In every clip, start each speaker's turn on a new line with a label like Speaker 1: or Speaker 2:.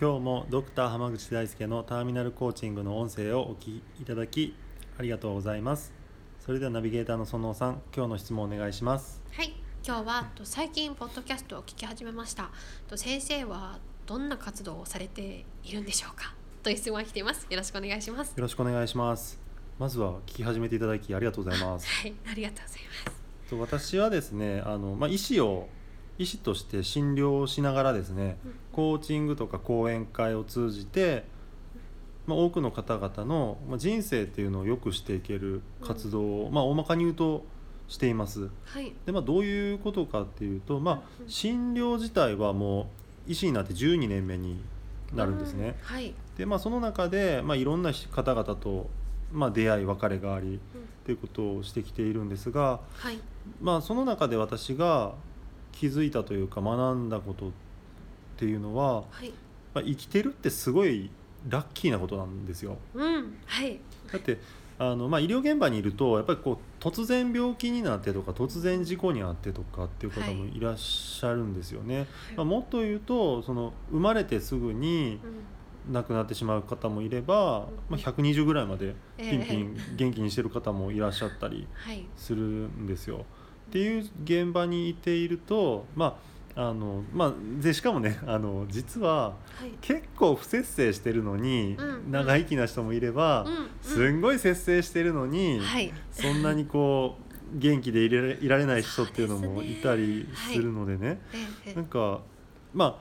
Speaker 1: 今日もドクター濱口大輔のターミナルコーチングの音声をお聞きいただきありがとうございますそれではナビゲーターの園尾さん今日の質問お願いします
Speaker 2: はい、今日はと最近ポッドキャストを聞き始めました。と先生はどんな活動をされているんでしょうか。という質問が来ています。よろしくお願いします。
Speaker 1: よろしくお願いしますまずは聞き始めていただきありがとうございます
Speaker 2: はい、ありがとうございます。
Speaker 1: と私はですねあの、まあ、医師を医師として診療をしながらですね
Speaker 2: うん
Speaker 1: コーチングとか講演会を通じて、まあ、多くの方々のまあ人生っていうのを良くしていける活動を、まあ、大まかに言うとしています
Speaker 2: はい、
Speaker 1: で、まあ、どういうことかっていうと、まあ
Speaker 2: う、ん
Speaker 1: 診療自体はもう医師になって12年目になるんですね
Speaker 2: う、はい、
Speaker 1: で、まあ、その中で、まあ、いろんな方々と、まあ、出会い別れがあり
Speaker 2: う
Speaker 1: っ
Speaker 2: ん
Speaker 1: ていうことをしてきているんですが、
Speaker 2: はい、
Speaker 1: まあ、その中で私が気づいたというか学んだことっていうのは、
Speaker 2: はい、
Speaker 1: まあ、生きてるってすごいラッキーなことなんですよ。
Speaker 2: うん、はい、
Speaker 1: だってあの、まあ、医療現場にいるとやっぱりこう突然病気になってとか突然事故にあってとかっていう方も
Speaker 2: はい
Speaker 1: いらっしゃるんですよね。まあ、もっと言うとその生まれてすぐに
Speaker 2: うん、
Speaker 1: 亡くなってしまう方もいれば、まあ、120ぐらいまでピンピン元気にしてる方もいらっしゃったり
Speaker 2: はい、
Speaker 1: するんですよ。っていう現場にいていると、まああのまあ、でしかもねあの実は
Speaker 2: はい、
Speaker 1: 結構不節制してるのに、
Speaker 2: うん
Speaker 1: 長生きな人もいれば、
Speaker 2: うんうん
Speaker 1: すんごい節制してるのに、
Speaker 2: はい、
Speaker 1: そんなにこう元気でいれいられない人っていうの
Speaker 2: そう
Speaker 1: も
Speaker 2: です
Speaker 1: い
Speaker 2: ね
Speaker 1: たりするのでね
Speaker 2: えええ
Speaker 1: なんかま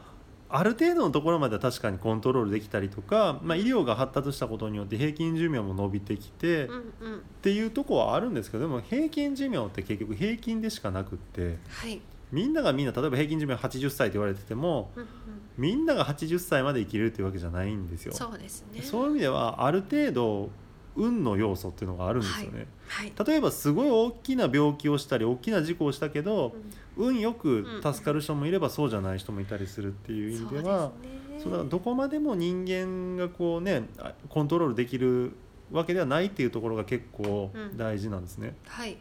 Speaker 1: あある程度のところまでは確かにコントロールできたりとか、まあ、医療が発達したことによって平均寿命も伸びてきて、
Speaker 2: え、う
Speaker 1: っ
Speaker 2: ん、うん、
Speaker 1: ていうとこはあるんですけどでも平均寿命って結局平均でしかなくって
Speaker 2: はい、
Speaker 1: みんながみんな例えば平均寿命80歳って言われてても
Speaker 2: うん、うん、
Speaker 1: みんなが80歳まで生きれるっていうわけじゃないんですよ。
Speaker 2: そうですね。
Speaker 1: そういう意味ではある程度運の要素っていうのがあるんですよね、
Speaker 2: はい、
Speaker 1: 例えばすごい大きな病気をしたり大きな事故をしたけど
Speaker 2: うん
Speaker 1: 運よく助かる人もいればそうじゃない人もいたりするっていう意味では、
Speaker 2: そうです
Speaker 1: そう
Speaker 2: ね
Speaker 1: だからどこまでも人間がこうねあコントロールできるわけではないっていうところが結構大事なんですね、
Speaker 2: はい、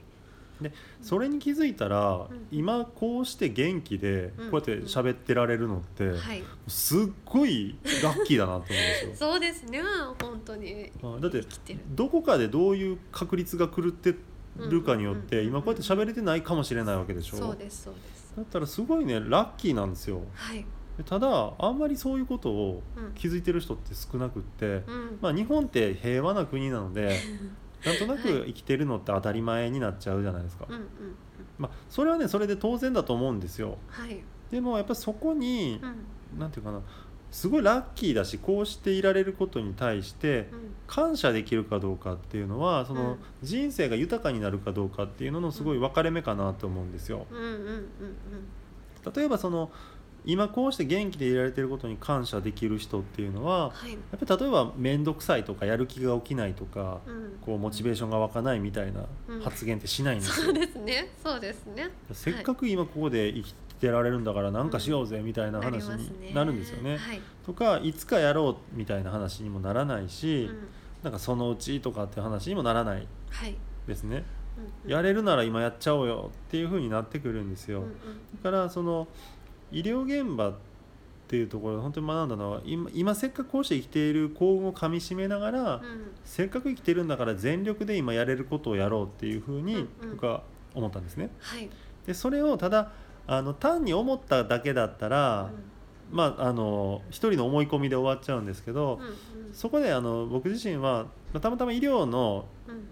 Speaker 1: それに気づいたら、
Speaker 2: ん
Speaker 1: 今こうして元気で
Speaker 2: うん
Speaker 1: こうやって喋ってられるのって、
Speaker 2: はい、
Speaker 1: すっごいラッキーだなと思うんですよ
Speaker 2: そうですね。本当に。
Speaker 1: あだって
Speaker 2: 生きてる。
Speaker 1: どこかでどういう確率が狂ってるかによっ
Speaker 2: うんうんうんう
Speaker 1: て
Speaker 2: ん
Speaker 1: 今こうやって喋れてないかもしれないわけでしょ
Speaker 2: そうです、そうです。
Speaker 1: だったらすごいねラッキーなんですよ
Speaker 2: はい。
Speaker 1: でただあんまりそういうことを
Speaker 2: うん
Speaker 1: 気づいてる人って少なくって、
Speaker 2: うん。
Speaker 1: まあ、日本って平和な国なの でなんとな
Speaker 2: は
Speaker 1: く生きてるのって当たり前になっちゃうじゃないですか、
Speaker 2: うんうんうん。
Speaker 1: まあ、それはねそれで当然だと思うんですよ
Speaker 2: はい。
Speaker 1: でもやっぱそこに
Speaker 2: うん
Speaker 1: 何て言うかなすごいラッキーだしこうしていられることに対して、
Speaker 2: うん。
Speaker 1: 感謝できるかどうかっていうのはその、
Speaker 2: うん
Speaker 1: 人生が豊かになるかどうかっていうののすごい分かれ目かなと思うんですよ。
Speaker 2: うんうんうん
Speaker 1: 例えばその今こうして元気でいられてることに感謝できる人っていうのは
Speaker 2: うん。はい。
Speaker 1: やっぱり例えば面倒くさいとかやる気が起きないとか、
Speaker 2: うん。
Speaker 1: こうモチベーションが湧かないみたいな
Speaker 2: うん
Speaker 1: 発言ってしないんですよ。
Speaker 2: そうですね。そうですね。
Speaker 1: せっかく今ここで生きてられるんだから何かしようぜみたいな
Speaker 2: なり
Speaker 1: 話
Speaker 2: ます
Speaker 1: になるんですよね。
Speaker 2: はい。
Speaker 1: とかいつかやろうみたいな話にもならないし、
Speaker 2: うん
Speaker 1: なんかそのうちとかっていう話にもならない
Speaker 2: はい。
Speaker 1: ですね。
Speaker 2: うんうん
Speaker 1: やれるなら今やっちゃおうよっていう風になってくるんですよ、
Speaker 2: うんうん
Speaker 1: だからその医療現場っていうところで本当に学んだのは今今せっかくこうして生きている幸運をかみしめながら、
Speaker 2: うん
Speaker 1: せっかく生きてるんだから全力で今やれることをやろうっていう風に
Speaker 2: うんうん
Speaker 1: 僕は思ったんですね。
Speaker 2: はい。
Speaker 1: でそれをただあの単に思っただけだったら、まああの一人の思い込みで終わっちゃうんですけど
Speaker 2: うん、うん
Speaker 1: そこであの僕自身はまあたまたま医療の
Speaker 2: うん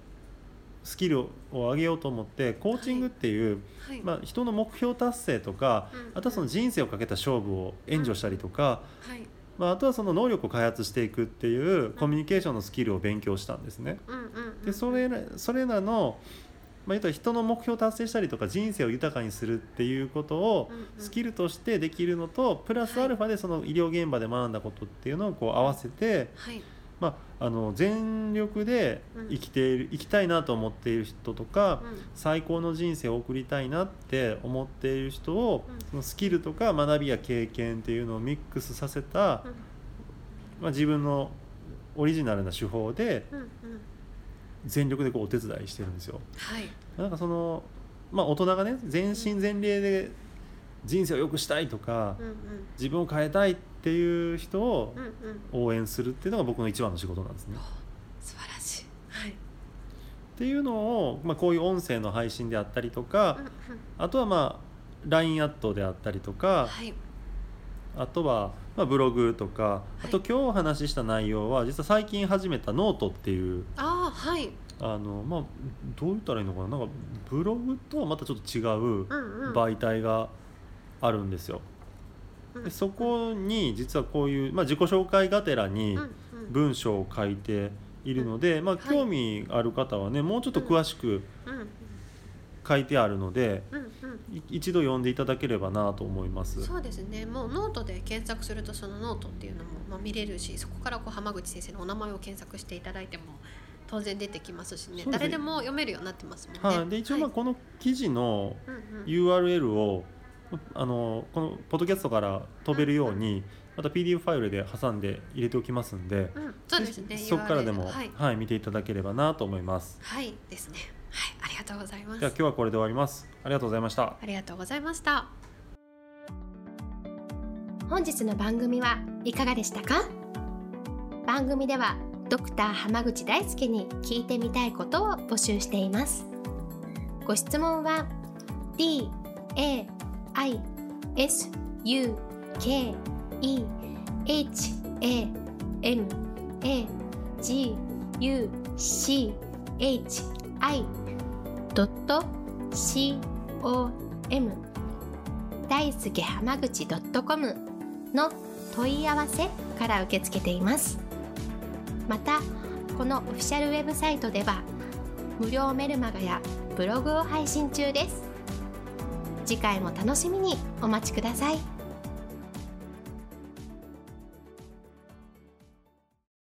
Speaker 1: スキルを上げようと思ってコーチングっていう、
Speaker 2: はい。
Speaker 1: まあ、人の目標達成とか
Speaker 2: うん
Speaker 1: あとはその人生をかけた勝負を援助したりとか、
Speaker 2: はい。
Speaker 1: まあ、あとはその能力を開発していくっていうコミュニケーションのスキルを勉強したんですね。
Speaker 2: うんうんうん。
Speaker 1: でそれらそれらのまあ、言うと人の目標を達成したりとか人生を豊かにするっていうことを
Speaker 2: うんうん
Speaker 1: スキルとしてできるのとプラスアルファでその医療現場で学んだことっていうのをこう合わせて、
Speaker 2: はい
Speaker 1: まあ、あの全力で生きている生きたいなと思っている人とか
Speaker 2: うん
Speaker 1: 最高の人生を送りたいなって思っている人を
Speaker 2: うん
Speaker 1: そのスキルとか学びや経験っていうのをミックスさせた
Speaker 2: う、ん
Speaker 1: まあ、自分のオリジナルな手法で
Speaker 2: うんうん
Speaker 1: 全力でこうお手伝いしてるんですよ。
Speaker 2: はい
Speaker 1: なんかそのまあ大人がね全身全霊で人生を良くしたいとか、
Speaker 2: うんうん
Speaker 1: 自分を変えたいっていう人を
Speaker 2: うんうん
Speaker 1: 応援するっていうのが僕の一番の仕事なんですね。
Speaker 2: 素晴らしいはい
Speaker 1: っていうのを、まあ、こういう音声の配信であったりとか
Speaker 2: うんうん
Speaker 1: あとはまあ LINE アットであったりとか
Speaker 2: はい
Speaker 1: あとはまあブログとか
Speaker 2: い
Speaker 1: あと今日お話しした内容は実は最近始めたノートっていう
Speaker 2: ああはい
Speaker 1: あのまあどう言ったらいいのかななんかブログとはまたちょっと違う
Speaker 2: うんうん
Speaker 1: 媒体があるんですよ。
Speaker 2: うん
Speaker 1: でそこに実はこういう、まあ、自己紹介がてらに
Speaker 2: うんうん
Speaker 1: 文章を書いているので、まあ、
Speaker 2: はい
Speaker 1: 興味ある方はねもうちょっと詳しく
Speaker 2: うんうん
Speaker 1: 書いてあるので、
Speaker 2: うんうん
Speaker 1: い一度読んでいただければなと思います。
Speaker 2: そうですねもうノートで検索するとそのノートっていうのも、まあ、見れるしそこからこう浜口先生のお名前を検索していただいても当然出てきますしね
Speaker 1: そうですね
Speaker 2: 誰でも読めるようになってますもんね。
Speaker 1: はい、で一応まあ
Speaker 2: はい
Speaker 1: この記事の
Speaker 2: うんうん
Speaker 1: URL をあのこのポッドキャストから飛べるようにまた PDF ファイルで挟んで入れておきますんで
Speaker 2: うん、そうですね
Speaker 1: ぜひそこからでも、
Speaker 2: URL はい、
Speaker 1: はい、見ていただければなと思います。
Speaker 2: はい、ですねはいありがとうございま
Speaker 1: では
Speaker 2: す
Speaker 1: 今日はこれで終わります。ありがとうございました。
Speaker 2: ありがとうございました
Speaker 3: 本日の番組はいかがでしたか番組ではドクター濱口大輔に聞いてみたいことを募集していますご質問は d a i s u k e h a m a g u c h i c o m 大輔濱口 .com の問い合わせから受け付けていますまたこのオフィシャルウェブサイトでは無料メルマガやブログを配信中です次回も楽しみにお待ちください